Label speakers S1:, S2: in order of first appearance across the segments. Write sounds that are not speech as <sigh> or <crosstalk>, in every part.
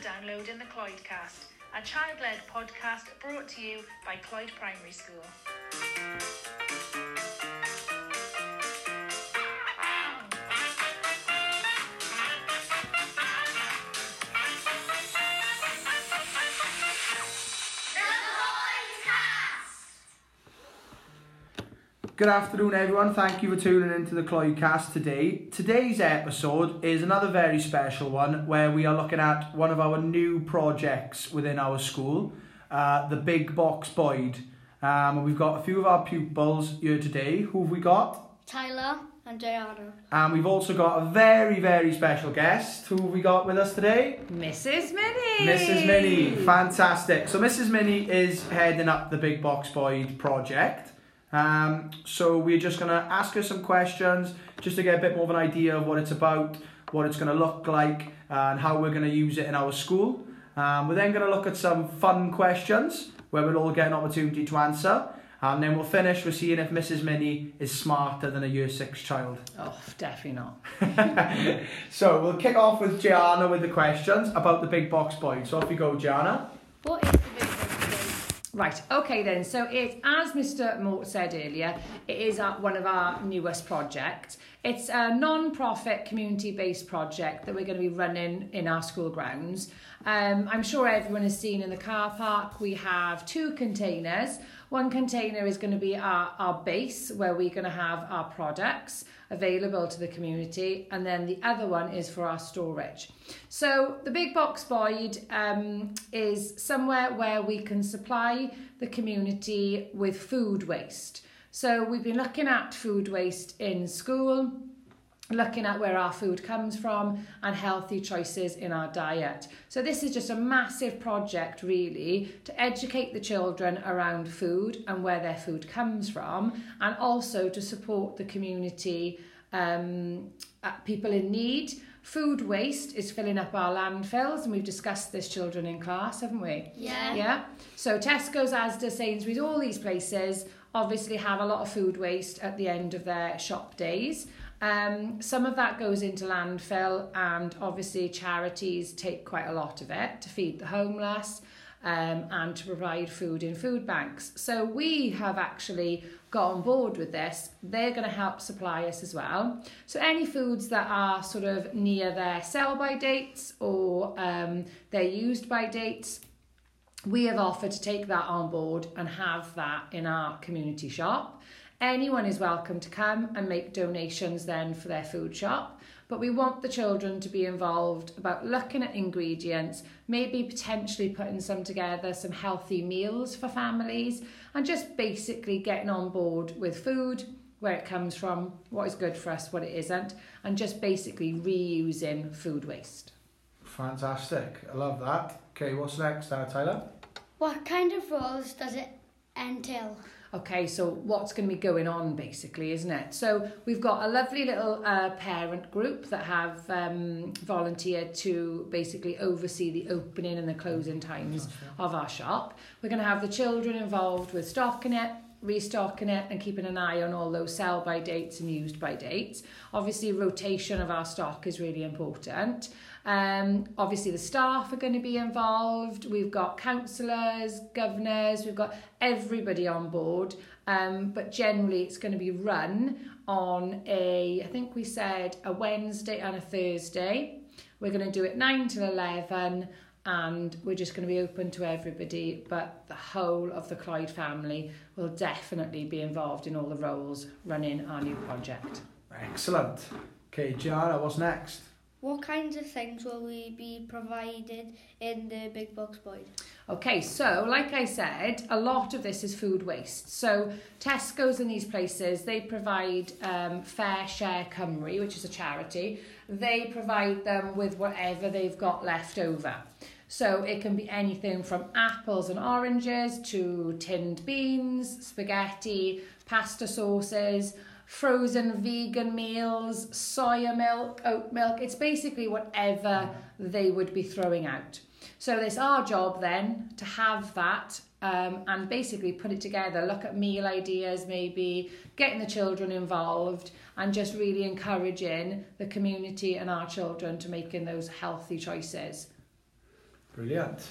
S1: download in the Cloydcast, a child led podcast brought to you by Cloyd Primary School.
S2: Good afternoon, everyone. Thank you for tuning into the Cloycast today. Today's episode is another very special one where we are looking at one of our new projects within our school, uh, the Big Box Boyd. Um, and we've got a few of our pupils here today. Who have we got?
S3: Tyler and Diana.
S2: And we've also got a very, very special guest. Who have we got with us today?
S4: Mrs. Minnie.
S2: Mrs. Minnie, fantastic. So Mrs. Minnie is heading up the Big Box Boyd project. Um, so we're just going to ask her some questions just to get a bit more of an idea of what it's about, what it's going to look like, uh, and how we're going to use it in our school. Um, we're then going to look at some fun questions where we'll all get an opportunity to answer. And then we'll finish with seeing if Mrs. Minnie is smarter than a year six child.
S4: Oh, definitely not.
S2: So we'll kick off with Gianna with the questions about the big box boy. So off you go, Gianna.
S3: What is the big box?
S4: Right, okay then. So it, as Mr. Mort said earlier, it is our, one of our newest projects. It's a non-profit, community-based project that we're going to be running in our school grounds. Um, I'm sure everyone has seen in the car park, we have two containers. One container is going to be our, our base, where we're going to have our products available to the community, and then the other one is for our storage. So the Big Box Void um, is somewhere where we can supply the community with food waste. So we've been looking at food waste in school, looking at where our food comes from and healthy choices in our diet. So this is just a massive project really to educate the children around food and where their food comes from and also to support the community um, uh, people in need. Food waste is filling up our landfills and we've discussed this children in class, haven't we?
S3: Yeah.
S4: Yeah. So Tesco's, Asda, Sainsbury's, all these places obviously have a lot of food waste at the end of their shop days. Um, some of that goes into landfill and obviously charities take quite a lot of it to feed the homeless um, and to provide food in food banks. So we have actually got on board with this. They're going to help supply us as well. So any foods that are sort of near their sell by dates or um, they're used by dates, we have offered to take that on board and have that in our community shop. Anyone is welcome to come and make donations then for their food shop. But we want the children to be involved about looking at ingredients, maybe potentially putting some together, some healthy meals for families, and just basically getting on board with food, where it comes from, what is good for us, what it isn't, and just basically reusing food waste.
S2: Fantastic. I love that. Okay, what's next now, Tyler?
S3: What kind of roles does it entail?
S4: Okay, so what's going to be going on basically, isn't it? So we've got a lovely little uh, parent group that have um, volunteered to basically oversee the opening and the closing times of our shop. We're going to have the children involved with stocking it, restocking it and keeping an eye on all those sell by dates and used by dates. Obviously rotation of our stock is really important. Um, obviously the staff are going to be involved. We've got councillors, governors, we've got everybody on board. Um, but generally it's going to be run on a, I think we said a Wednesday and a Thursday. We're going to do it 9 till 11 and we're just going to be open to everybody but the whole of the Clyde family will definitely be involved in all the roles running our new project.
S2: Excellent. Okay, Gianna, what's next?
S3: What kinds of things will we be provided in the big box void?
S4: Okay, so like I said, a lot of this is food waste. So Tesco's and these places, they provide um, Fair Share Cymru, which is a charity. They provide them with whatever they've got left over. So it can be anything from apples and oranges to tinned beans, spaghetti, pasta sauces, frozen vegan meals, soya milk, oat milk. It's basically whatever they would be throwing out. So it's our job then to have that um, and basically put it together, look at meal ideas maybe, getting the children involved and just really encouraging the community and our children to making those healthy choices.
S2: Brilliant.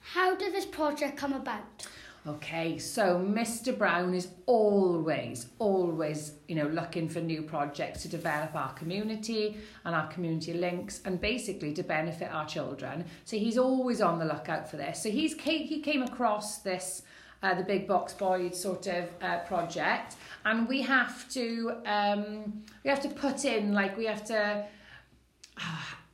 S3: How did this project come about?
S4: Okay, so Mr. Brown is always, always, you know, looking for new projects to develop our community and our community links, and basically to benefit our children. So he's always on the lookout for this. So he's ca- he came across this. Uh, the big box Boyd sort of uh, project, and we have to um, we have to put in like we have to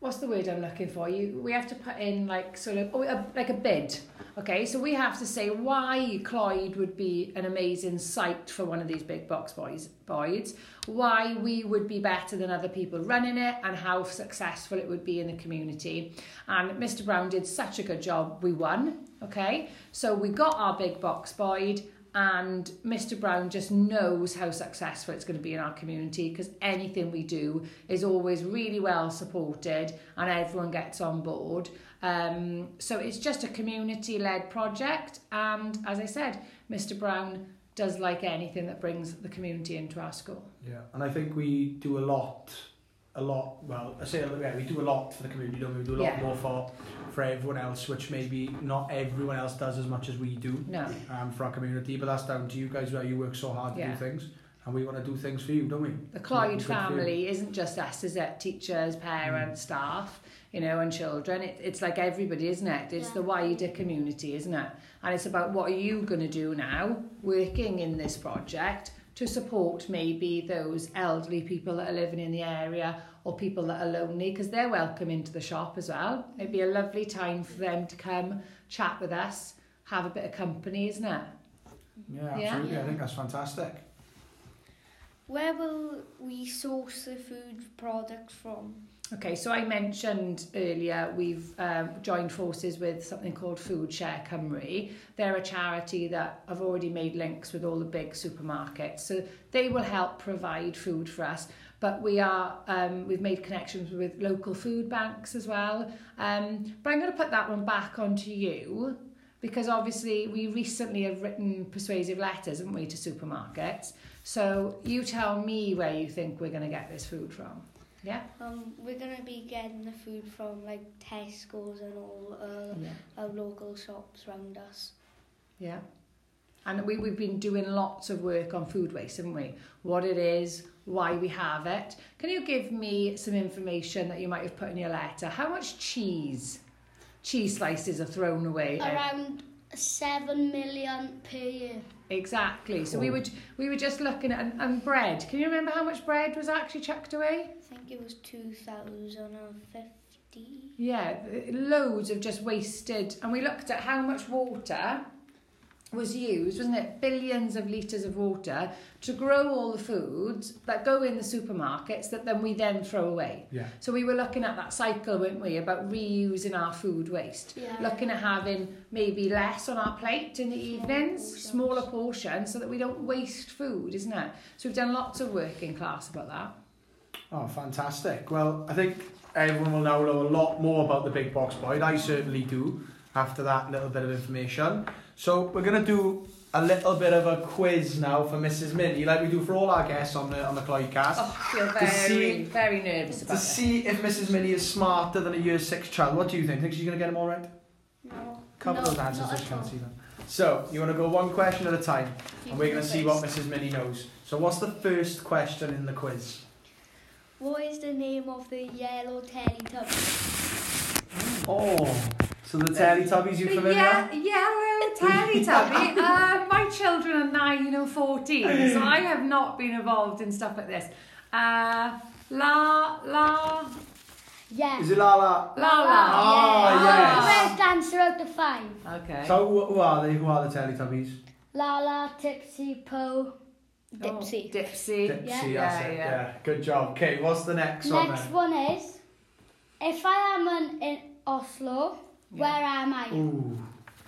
S4: what's the word I'm looking for? You we have to put in like sort of oh, a, like a bid. Okay, so we have to say why Clyde would be an amazing site for one of these big box boys boys, why we would be better than other people running it, and how successful it would be in the community. And Mr Brown did such a good job. We won. Okay, so we got our big box Boyd and Mr Brown just knows how successful it's going to be in our community because anything we do is always really well supported and everyone gets on board. Um, so it's just a community led project and as I said, Mr Brown does like anything that brings the community into our school.
S2: Yeah, and I think we do a lot, a lot. Well, I say a lot, yeah, we do a lot for the community. Don't we? we do a lot
S4: Yeah.
S2: more for for everyone else, which maybe not everyone else does as much as we do
S4: No.
S2: um, for our community. But that's down to you guys. Where you work so hard to
S4: Yeah.
S2: do things, and we want to do things for you, don't we?
S4: The
S2: Yeah,
S4: Clyde
S2: good for you.
S4: family isn't just us, is it? Teachers, parents, staff, you know, and children. It, it's like everybody, isn't it? It's
S3: Yeah.
S4: the wider community, isn't it? And it's about what are you going to do now, working in this project, to support maybe those elderly people that are living in the area or people that are lonely, because they're welcome into the shop as well. It'd be a lovely time for them to come chat with us, have a bit of company, isn't it?
S2: Yeah,
S4: Yeah.
S2: absolutely. I
S3: Yeah.
S2: think that's fantastic.
S3: Where will we source the food products from?
S4: Okay, so I mentioned earlier we've um, joined forces with something called Food Share Cymru. They're a charity that have already made links with all the big supermarkets, so they will help provide food for us. But we are um, we've made connections with local food banks as well. Um, but I'm going to put that one back onto you because obviously we recently have written persuasive letters, haven't we, to supermarkets? So you tell me where you think we're going to get this food from. Yeah.
S3: Um, we're gonna be getting the food from like Tesco's and all uh,
S4: Yeah.
S3: our local shops round us.
S4: Yeah. And we, we've been doing lots of work on food waste, haven't we? What it is, why we have it. Can you give me some information that you might have put in your letter? How much cheese, cheese slices are thrown away? ev-
S5: Around seven million per year.
S4: Exactly. So we were, j- we were just looking at, and, and bread. Can you remember how much bread was actually chucked away?
S3: I think it was 2050.
S4: Yeah, th- loads of just wasted. And we looked at how much water was used, wasn't it? Billions of litres of water to grow all the foods that go in the supermarkets that then we then throw away.
S2: Yeah.
S4: So we were looking at that cycle, weren't we, about reusing our food waste.
S5: Yeah.
S4: Looking at having maybe less on our plate in the evenings,
S3: portions.
S4: smaller portions, so that we don't waste food, isn't it? So we've done lots of work in class about that.
S2: Oh, fantastic. Well, I think everyone will now know a lot more about the Big Box Boyd. I certainly do after that little bit of information. So we're going to do a little bit of a quiz now for Mrs. Minnie, like we do for all our guests on the on the Clydecast,
S4: Oh, I feel
S2: To see-
S4: very, very nervous
S2: to
S4: about this.
S2: see if Mrs. Minnie is smarter than a year six child. What do you think? Think she's going to get them all right?
S3: No.
S2: Cover
S5: No,
S2: those answers,
S5: not
S2: just
S5: at
S2: can't
S5: all.
S2: see them. So you want to go one question at a time, and we're going to see what Mrs. Minnie knows. So what's the first question in the quiz?
S3: What is the name of the yellow Teletubby?
S2: Oh, so the Teletubbies, you familiar?
S4: Yeah, yeah, well, Teddy Tubby. <laughs> uh, my children are nine and fourteen, so I have not been involved in stuff like this. Uh, la la
S5: Yeah. Oh,
S2: Is it Lala?
S4: la la. Oh,
S2: Ah,
S5: yeah.
S2: yes.
S5: Best answer out of five.
S4: Okay.
S2: So who, who are they? Who are the Teletubbies?
S5: Lala, Tipsy, Poe, Dipsy.
S4: Oh, Dipsy.
S2: Dipsy,
S4: Yeah.
S2: that's it,
S4: Yeah,
S2: yeah.
S4: yeah.
S2: Good job. Okay, what's the next, one
S5: Next
S2: then?
S5: one is, if I am an, in Oslo,
S4: Yeah.
S5: where am I?
S2: Ooh.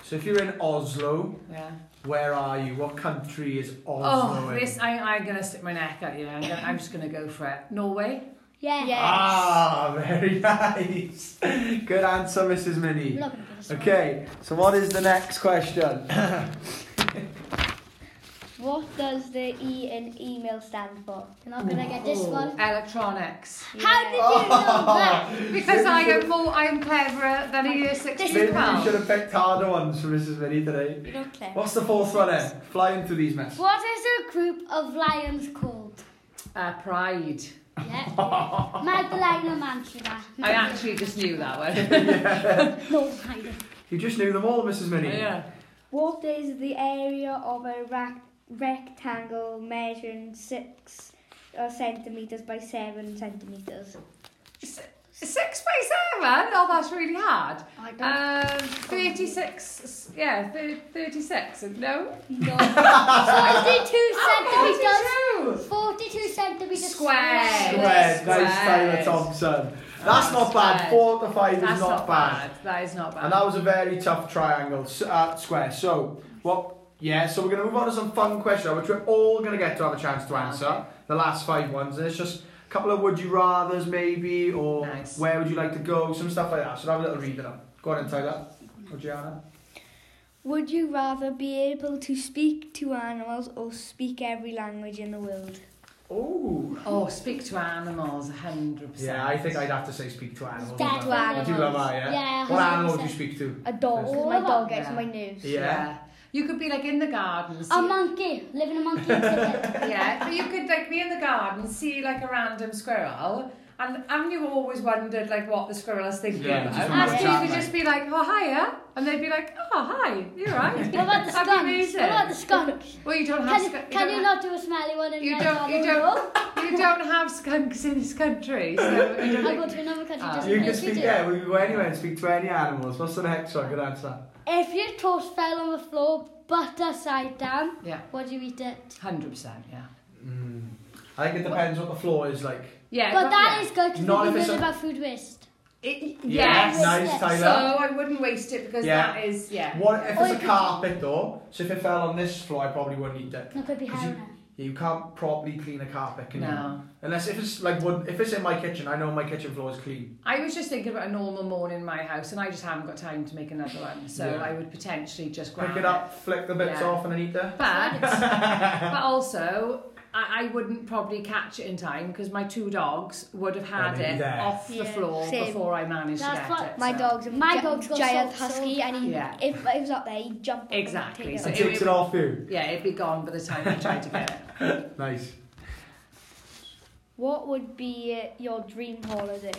S2: So if you're in Oslo,
S4: Yeah.
S2: where are you? What country is Oslo
S4: Oh,
S2: in?
S4: this I, I'm gonna stick my neck out. You know, I'm, gonna, I'm just gonna go for it. Norway.
S5: Yeah.
S3: Yeah.
S2: Ah, very <laughs> nice. Good answer, Mrs. Minnie.
S5: Look at this one.
S4: <coughs>
S2: Okay, so what is the next question?
S5: What does the E in email stand for? You're not gonna get this
S4: Oh.
S2: Oh.
S5: one.
S4: Electronics.
S5: How did you
S4: <laughs>
S5: know that?
S4: Because I am more, I am cleverer than a year six
S5: This
S2: Maybe
S4: year
S2: we
S4: old.
S2: should have picked harder ones for Mrs. Vinny today.
S5: You're not clear.
S2: What's the fourth one then? Flying through these mess.
S5: What is a group of lions called?
S4: Uh, pride.
S5: Yeah.
S2: <laughs>
S5: Magdalena Mantua.
S4: I actually just knew that <laughs> one.
S5: No, I don't.
S2: You just knew them all, Mrs. Vinny.
S4: Oh, yeah.
S3: What is the area of a rac- rectangle measuring six uh, centimeters by seven centimeters?
S4: S- Six by seven. Oh, that's really hard.
S5: Oh, I don't.
S4: Um, thirty-six. Yeah, thir- thirty-six. No.
S2: <laughs>
S5: No. 42
S2: Oh,
S5: centimeters.
S4: Forty-two.
S5: 42 centimeters
S4: Square.
S2: Squared. Nice Tyler
S4: Squared.
S2: Thompson. That's not bad.
S4: Squared.
S2: Four to five is
S4: That's
S2: not, bad.
S4: That is not bad.
S2: And that was a very tough triangle, s- uh, square. So, what? Yeah, so we're going to move on to some fun questions, which we're all going to get to have a chance to answer.
S4: Okay.
S2: The last five ones. And it's just a couple of would you rathers, maybe, or
S4: Nice.
S2: where would you like to go, some stuff like that. So, have a little read of them. Go on and Tyler. Or Gianna.
S3: Would you rather be able to speak to animals or speak every language in the world?
S2: Oh.
S4: Oh, speak to animals, hundred percent.
S2: Yeah, I think I'd have to say speak to animals.
S5: Dead
S2: wouldn't I?
S5: animals.
S2: Would you love that, yeah?
S5: Yeah,
S2: What animal would you
S5: 100%.
S2: speak to?
S3: A dog, 'cause
S5: All
S3: my
S5: of
S3: dog
S4: them.
S3: gets on my nerves.
S2: Yeah.
S4: You could be like in the garden. See,
S5: A monkey. Living a monkey.
S2: <laughs>
S4: yeah, but you could like be in the garden, see like a random squirrel, and haven't you always wondered like what the squirrel is thinking
S2: Yeah,
S4: about?
S2: just
S4: And
S2: wanna
S4: so
S2: chat,
S4: you could
S2: like-
S4: just be like, oh hiya, and they'd be like, oh hi, you're
S5: <laughs>
S4: right.
S5: What about the
S4: That'd be
S5: skunk?
S4: amazing.
S5: What about the skunk?
S4: Well, you don't have.
S5: Can,
S4: skunk-
S5: can
S4: don't
S5: you
S4: have-
S5: not do a smelly one in
S4: You
S5: my
S4: don't. You
S5: garden wall?
S4: don't. You don't have skunks in this country, so you
S5: <laughs>
S4: don't
S5: I'll go
S4: think-
S5: to another country
S4: Ah.
S5: just
S2: You
S5: in
S2: can
S5: case we
S2: speak,
S5: do.
S2: yeah, we could go anywhere and speak to any animals. What's the next one? Good answer.
S5: If your toast fell on the floor, butter side down,
S4: yeah, Eh,
S5: what do you eat it?
S4: hundred percent. Yeah.
S2: Mm. I think it depends what the floor is like.
S4: Yeah.
S5: But
S4: yeah.
S5: that is good because
S2: Not
S5: we
S2: if it's
S5: learn
S2: a-
S5: about food waste.
S4: It,
S2: Yeah,
S4: yes.
S2: Nice, Tyler.
S4: So I wouldn't waste it because
S2: Yeah.
S4: that is yeah.
S2: What if
S5: Or
S2: it's
S5: you
S2: a
S5: could-
S2: carpet though? So if it fell on this floor, I probably wouldn't eat it.
S5: No, could be
S2: 'Cause
S5: hair
S2: you-
S5: on it.
S2: Yeah, you can't properly clean a carpet, can you?
S4: No,
S2: Unless if it's like wood, if it's in my kitchen, I know my kitchen floor is clean.
S4: I was just thinking about a normal morning in my house, and I just haven't got time to make another one. So
S2: Yeah.
S4: I would potentially just grab
S2: Pick it up, flick the bits
S4: Yeah.
S2: off, and then eat them.
S4: But <laughs> but also, I, I wouldn't probably catch it in time because my two dogs would have had
S2: maybe
S4: it
S2: there.
S4: off the
S3: Yeah,
S4: floor
S3: same.
S4: before I managed
S5: That's
S4: to get
S5: what
S4: it.
S3: My
S4: so.
S3: dog's a
S5: My
S3: gi-
S5: dog's got
S3: giant
S5: so- so-
S3: husky, and he,
S4: Yeah.
S3: if, if it was up there, he'd jump. up and
S4: Exactly,
S3: take it
S4: so
S2: And
S3: out.
S4: it
S2: takes it
S4: would-
S2: off you.
S4: Yeah, it'd be gone by the time I tried to get it.
S2: Nice.
S3: What would be uh, your dream holiday?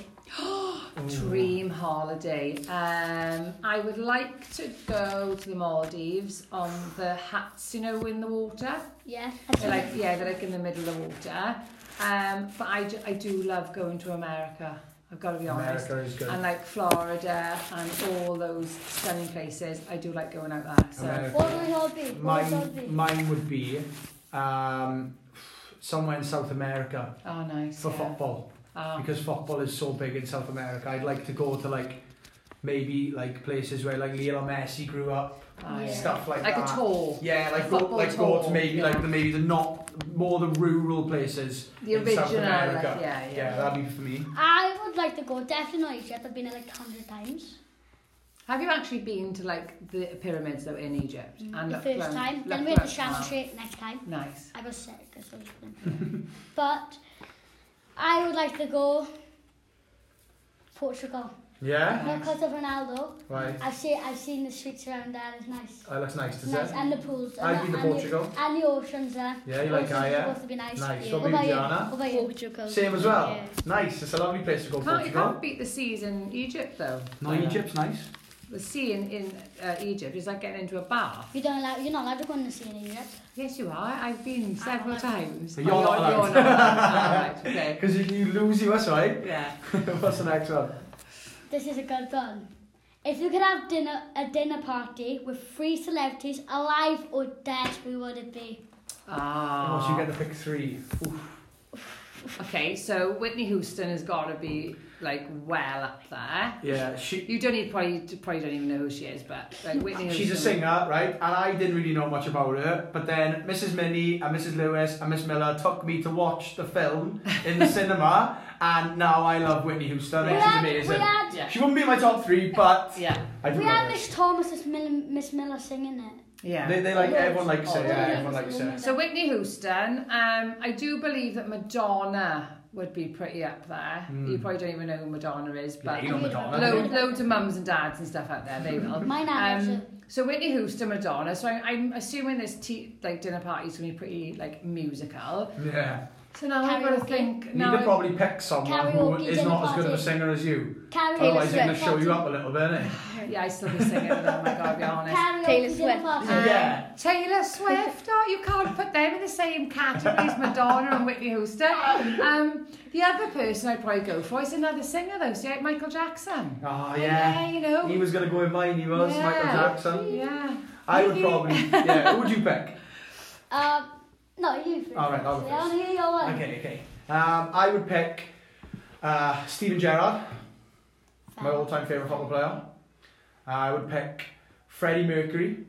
S4: Dream holiday. Um, I would like to go to the Maldives on the hats, you know, in the water.
S5: Yeah.
S4: They're like, yeah, they're like in the middle of the water. Um, but I, ju- I do love going to America. I've got to be honest.
S2: America is good.
S4: And like Florida and all those stunning places, I do like going out there. So
S2: America.
S5: What would yours be? What would yours
S2: Mine,
S5: be?
S2: mine would be um, somewhere in South America
S4: oh, nice.
S2: for
S4: yeah.
S2: football
S4: Oh,
S2: because football is so big in South America. I'd like to go to like maybe like places where like Lionel Messi grew up,
S4: oh, yeah.
S2: stuff like,
S4: Like
S2: that.
S4: a tour.
S2: Yeah, like go,
S4: Football
S2: like go to
S4: tour,
S2: maybe
S4: yeah.
S2: like the maybe the not more the rural places
S4: The
S2: in
S4: original.
S2: South
S4: Like,
S2: America.
S4: yeah, yeah.
S2: yeah. that'd be for me.
S5: I would like to go definitely not Egypt. I've been there like a hundred times.
S4: Have you actually been to like the pyramids though in Egypt?
S5: Mm, the
S4: looked
S5: first
S4: round-
S5: time. Then
S4: looked
S5: we went to
S4: round? Wow.
S5: Shannon Street next time.
S4: Nice.
S5: I was sick, I suppose. but I would like to go Portugal.
S2: Yeah,
S5: Not because of Ronaldo.
S2: right.
S5: I've seen I've seen the streets around there. It's nice.
S2: That looks nice, does
S5: nice
S2: it?
S5: and the pools.
S2: I've been
S5: and
S2: to
S5: and
S2: Portugal.
S5: The, and the oceans there.
S2: Yeah, you like
S5: Oceans
S2: that,
S5: are
S2: yeah?
S5: supposed to be nice.
S2: Nice.
S5: Yeah.
S2: What
S5: What
S2: about
S5: about
S2: you,
S5: you?
S2: Diana?
S5: What about you?
S3: Portugal.
S2: Same as well.
S3: Yeah.
S2: Nice. It's a lovely place to go.
S4: Can't, you
S2: Oh, Portugal.
S4: can't beat the seas in Egypt though.
S2: No,
S4: Tyler.
S2: Egypt's nice.
S4: The sea in, in uh, Egypt is like getting into a bath.
S5: You don't allow. You're not allowed to go on the sea in Egypt.
S4: Yes, you are. I've been several
S5: not.
S4: times.
S2: But you're not allowed.
S4: You're not allowed. All right,
S2: <laughs>
S4: okay.
S2: Because if you lose, you us, right? <laughs>
S4: Yeah.
S2: What's the next one?
S5: This is a good one. If you could have dinner a dinner party with three celebrities, alive or dead, who would it be?
S2: Oh, so you
S4: Ah.
S2: get to pick three. Oof.
S4: Okay, so Whitney Houston has got to be like well up there.
S2: Yeah, she.
S4: You don't need probably probably don't even know who she is, but like Whitney Houston.
S2: She's a singer, right? And I didn't really know much about her. But then Mrs. Minnie and Mrs. Lewis and Miss Miller took me to watch the film in the cinema, and now I love Whitney Houston.
S5: we
S2: and She's
S5: had we
S2: amazing.
S5: had
S4: Yeah.
S2: She wouldn't be in my top three, but
S4: Yeah.
S2: I do
S5: we
S2: love
S5: had
S2: her.
S5: Miss Thomas as Mill- Miss Miller singing it.
S4: Yeah.
S2: They, they like everyone likes
S5: Oh,
S2: it. Yeah,
S5: yeah.
S2: everyone likes it.
S4: So Whitney Houston, um, I do believe that Madonna would be pretty up there. You probably don't even know who Madonna is, but
S2: Hmm. You know Madonna.
S4: Lo- loads of mums and dads and stuff out there, they will.
S5: My nan
S4: Um,
S5: um,
S4: so Whitney Houston, Madonna. So I, I'm assuming this tea, like dinner party is going to be pretty like musical.
S2: Yeah.
S4: So now I've got to
S5: Karaoke.
S4: think.
S2: Need
S4: Now
S2: to
S4: I-
S2: probably pick someone who
S5: Karaoke
S2: is
S5: dinner
S2: not as good of a
S5: party.
S2: singer as you.
S5: Carrie
S2: Otherwise, they're going to show you up a little bit, innit?
S4: yeah, I still be singing. oh my god, I'll be honest.
S3: Taylor
S5: Karaoke
S3: Swift.
S5: dinner party.
S2: Yeah.
S4: Taylor Swift, oh, you can't put them in the same category as Madonna and Whitney Houston. Um, the other person I'd probably go for is another singer, though, so yeah, Michael Jackson.
S2: Oh, yeah.
S4: you know.
S2: He was going to go in mine, he was.
S4: Yeah.
S2: Michael Jackson.
S4: yeah.
S2: I would probably. Yeah, who would you pick?
S5: Um, no, you first.
S2: All right, I'll go
S5: actually. I want to hear your one.
S2: Okay, okay. Um, I would pick uh, Steven Gerrard, my all time favourite football player. I would pick Freddie Mercury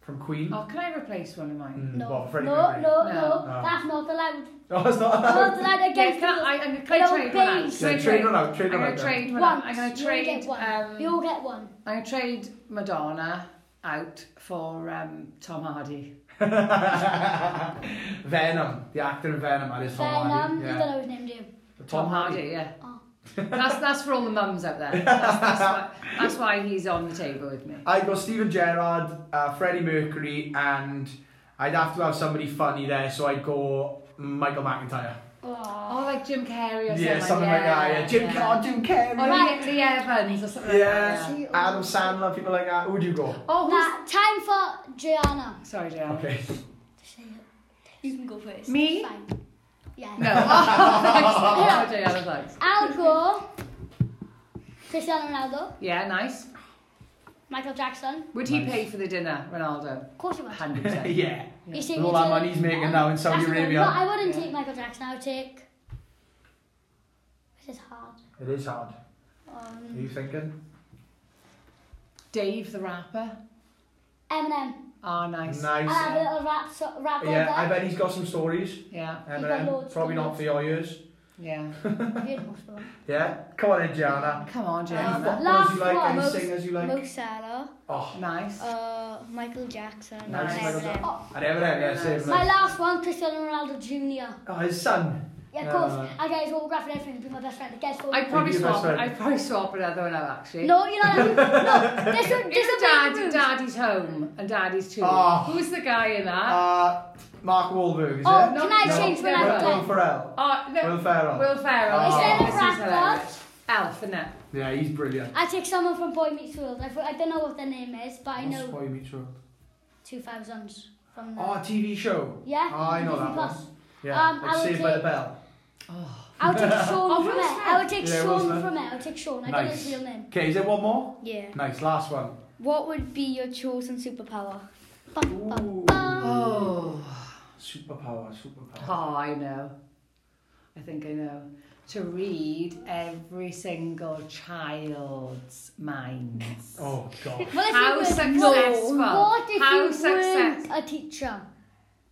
S2: from Queen.
S4: Oh, can I replace one of mine?
S2: Mm,
S5: No,
S2: well,
S5: no,
S2: Freddie
S5: no,
S2: Mercury.
S5: no,
S4: No.
S2: No.
S5: That's not allowed.
S2: <laughs> Oh, it's not.
S5: Not allowed
S4: Yeah,
S5: against
S4: can I, I, I'm going to
S5: No,
S4: trade one out.
S5: please.
S2: <laughs> Yeah, trade one out, trade one
S4: I'm going
S2: out.
S4: to
S2: then.
S4: trade
S5: the
S4: one
S5: Once,
S4: out. I'm going to
S5: you all
S4: trade.
S5: get one. you all
S4: Um,
S5: get one.
S4: I'm going to trade Madonna out for um, Tom Hardy.
S2: <laughs> Venom, the actor in Venom, that is Tom
S5: Venom.
S2: Hardy.
S5: You don't know his name, do you?
S4: Tom Hardy, yeah.
S5: Oh.
S4: That's that's for all the mums out there. That's, that's, why, that's why he's on the table with me.
S2: I'd go Steven Gerrard, uh, Freddie Mercury, and I'd have to have somebody funny there, so I'd go Michael McIntyre.
S5: Oh.
S4: Oh, like Jim Carrey or something.
S2: yeah, something like that. Yeah, Jim, Car- Jim Carrey.
S4: Or
S5: Right.
S4: Lee, Lee Evans or something
S2: Yeah,
S4: like that.
S2: uh, Adam Sandler, people like that. Who would you go?
S4: Oh, who's...
S5: Nah, time for Gianna.
S4: Sorry, Jill.
S2: Okay.
S5: You can go first.
S4: Me?
S5: Fine. Yeah.
S4: No. <laughs> Oh, thanks. Oh, Jill, thanks.
S5: I'll go. Cristiano Ronaldo,
S4: Yeah, nice.
S5: Michael Jackson.
S4: Would he
S2: Nice.
S4: pay for the dinner, Ronaldo?
S5: Of course you would.
S4: 100%.
S2: <laughs> <laughs> yeah.
S5: You
S2: With all that money he's making now in Saudi
S5: No,
S2: Arabia.
S5: I wouldn't take Michael Jackson. I would take. This is hard.
S2: It is hard. Are
S5: Um,
S2: you thinking?
S4: Dave the rapper?
S5: Eminem.
S4: Oh, nice.
S5: I'll
S2: Nice.
S5: have a little rap, so, rap
S2: Yeah, I
S5: on
S2: bet he's got some stories.
S4: Yeah,
S2: Eminem,
S5: loads,
S2: probably
S5: loads.
S2: not for your years.
S4: yeah.
S5: that. Beautiful song.
S2: Yeah. Come on in, Gianna.
S4: Come on, Jill.
S2: Any
S5: Um,
S2: footballers you
S5: last
S2: like?
S5: one.
S2: Any singers you
S3: Mo
S2: like?
S3: Salah,
S2: Oh,
S4: Nice.
S3: uh, Michael Jackson,
S2: Nice,
S3: and
S2: Michael
S3: Eminem.
S2: Jackson.
S5: Oh,
S2: and Eminem, yeah, same.
S5: my
S2: like-
S5: last one, Cristiano Ronaldo Jr.
S2: Oh, his son.
S5: Yeah, of course.
S2: Uh,
S5: I get his autograph and everything. Be my best friend. Guess what?
S4: I'd probably
S2: Thank you,
S4: swap
S2: best friend.
S4: I'd probably swap another one out, actually.
S5: No, you're not.
S4: <laughs>
S5: no, this one.
S4: Is
S5: This
S4: a
S5: one.
S4: dad, daddy's home and daddy's too.
S2: Oh.
S4: Who's the guy in that?
S2: Uh, Mark Wahlberg, is
S5: Oh,
S2: it?
S4: No,
S5: can I
S4: no,
S5: change
S4: no,
S5: when I
S4: no.
S5: have
S2: Will, Will Ferrell.
S4: oh, no.
S2: Will Ferrell.
S4: Will Ferrell.
S2: Oh.
S4: yeah,
S5: Instead of
S4: this is
S5: Bradford.
S4: hilarious. Elf, isn't it?
S2: Yeah, he's brilliant.
S5: I take someone from Boy Meets World. I, I don't know what their name is, but I
S2: That's
S5: know
S2: why you meet Trump.
S5: two thousands from the,
S2: Oh, a TV show.
S5: Yeah.
S2: Oh, I know
S5: Disney
S2: that one.
S5: Plus.
S2: Yeah,
S5: Um,
S2: like
S5: I would
S2: Saved by the
S5: say-
S2: Bell. <laughs>
S5: I would take Sean
S4: Oh,
S5: from
S4: Will
S5: it. I would take
S2: Yeah, Will
S5: Sean
S2: Smith.
S5: from it. I would take Sean. I don't know his
S2: Nice.
S5: real name.
S2: Okay, is there one more?
S3: Yeah.
S2: Nice, last one.
S3: What would be your chosen superpower?
S2: <laughs>
S5: Bum, bum.
S2: Ooh.
S4: Oh.
S2: Superpower, superpower.
S4: oh, I know. I think I know. To read every single child's minds.
S2: Oh, God.
S5: Well, if
S4: How
S5: you were,
S4: successful.
S5: What if
S4: How
S5: you
S4: success-
S5: weren't a teacher?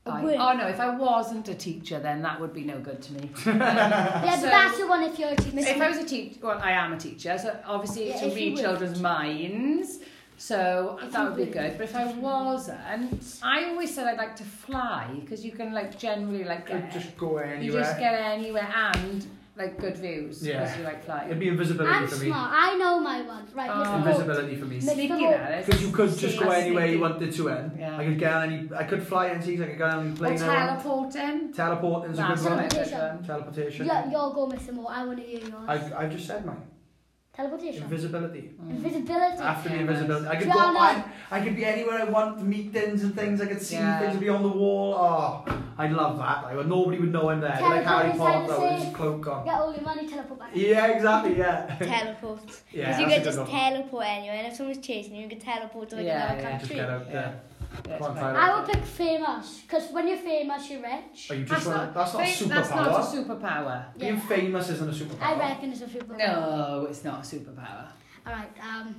S5: A
S4: I-
S5: word.
S4: oh no, if I wasn't a teacher, then that would be no good to me.
S5: Yeah,
S4: So-
S5: but that's the one if you're a
S4: If I
S5: teacher.
S4: was a teacher, well, I am a teacher, so obviously
S5: Yeah,
S4: to
S5: if you
S4: read
S5: would.
S4: children's minds, so
S5: If
S4: that
S5: you
S4: would be
S5: would.
S4: good. But if I wasn't, I always said I'd like to fly because you can like generally like
S2: Could
S4: get,
S2: just go anywhere.
S4: you just get anywhere and like good views because
S2: Yeah.
S4: you like
S2: It'd
S4: flying.
S2: be invisibility
S5: I'm
S2: for me.
S5: smart. I know my one. Right,
S2: Uh,
S4: Oh.
S5: Mr. Bolt.
S2: Invisibility for me.
S5: Mr.
S4: Sneaky
S5: Bolt.
S4: that
S2: Because
S4: is.
S2: you could just go
S4: That's
S2: anywhere you
S4: sneaky.
S2: wanted to in.
S4: Yeah.
S2: I could get on any, I could fly in seas, I could get on any
S4: Or
S2: plane. I want.
S4: teleporting.
S2: Teleporting's a
S4: That's
S2: good one.
S4: a good one.
S2: Teleportation.
S5: Yeah, you'll go, Mr. Moore. I want to hear yours.
S2: I, I've just said mine.
S5: Teleportation.
S2: Invisibility.
S5: Invisibility.
S2: After the
S4: Yeah,
S2: invisibility, I could go.
S5: Drama.
S2: I, I could be anywhere I want, meetings and things. I could see
S4: Yeah.
S2: things be on the wall. Oh, I'd love that. Like nobody would know I'm there. Be like
S5: Teleport
S2: Harry
S5: inside the
S2: Potter with his
S5: safe.
S2: cloak on.
S5: Get all your money, teleport back.
S2: Yeah, exactly. Yeah.
S3: Teleport.
S2: yeah.
S3: Because
S2: that's
S3: you
S2: a
S3: could
S2: good
S3: just
S2: one.
S3: teleport anywhere, and if someone's chasing you, you could teleport to like
S4: Yeah,
S3: another
S4: yeah.
S2: Just
S3: country.
S2: get out there.
S4: That's
S2: Come on,
S4: right.
S2: Tyler.
S5: I would pick famous, because when you're famous, you're rich.
S2: Oh, you just
S4: That's
S2: want.
S4: not-
S2: That's not a
S4: Fa- That's
S2: superpower.
S4: not a superpower.
S2: Being famous isn't a superpower.
S5: I reckon it's a superpower.
S4: No, it's not a superpower.
S5: Alright, um.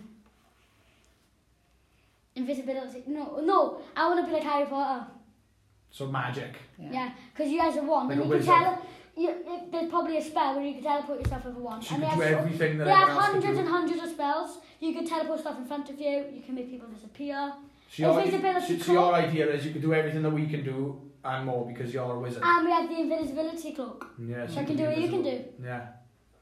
S5: Invisibility. No, no, I want to be like Harry Potter.
S2: So magic.
S5: Yeah, because you guys have one.
S2: Like
S5: and
S2: a
S5: you can
S2: wizard.
S5: tell. You, it, there's probably a spell where you can teleport yourself over one.
S2: So you
S5: and they
S2: could do
S5: have, so-
S2: everything that
S5: they have
S2: everyone else could
S5: hundreds
S2: do.
S5: and hundreds of spells. You can teleport stuff in front of you. You can make people disappear.
S2: So your,
S5: If visibility
S2: so, so your idea is you can do everything that we can do and more because you're a wizard.
S5: And Um, we have the invisibility cloak.
S2: yeah, so
S5: So Ah. I can do what you can do.
S2: Yeah.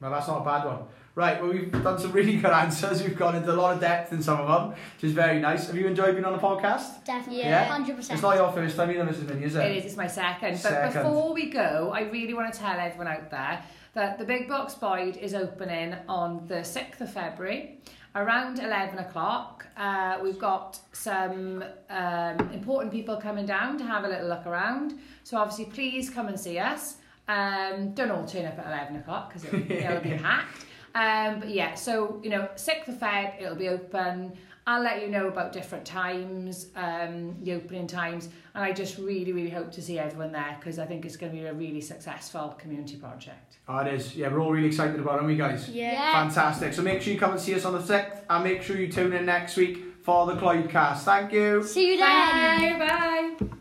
S2: Well, that's not a bad one. Right, well, we've done some really good answers. We've gone into a lot of depth in some of them, which is very nice. Have you enjoyed being on the podcast?
S5: Definitely.
S2: Yeah.
S5: 100%.
S2: It's not your first time either, Mrs. Min, is it?
S4: It is, it's my second. But
S2: Second.
S4: before we go, I really want to tell everyone out there that the Big Box Boyd is opening on the 6th of February around 11 o'clock. Uh, we've got some um, important people coming down to have a little look around. So obviously, please come and see us. Um, don't all turn up at 11 o'clock because it'll, it'll be hacked. Um, but yeah, so, you know, 6th of Feb, it'll be open. I'll let you know about different times, um, the opening times, and I just really, really hope to see everyone there because I think it's going to be a really successful community project.
S2: Oh, it is. Yeah, we're all really excited about it, aren't we, guys?
S5: Yeah.
S2: Fantastic. So make sure you come and see us on the 6th and make sure you tune in next week for the Cloudcast. Thank you.
S5: See you then.
S4: Bye. Bye.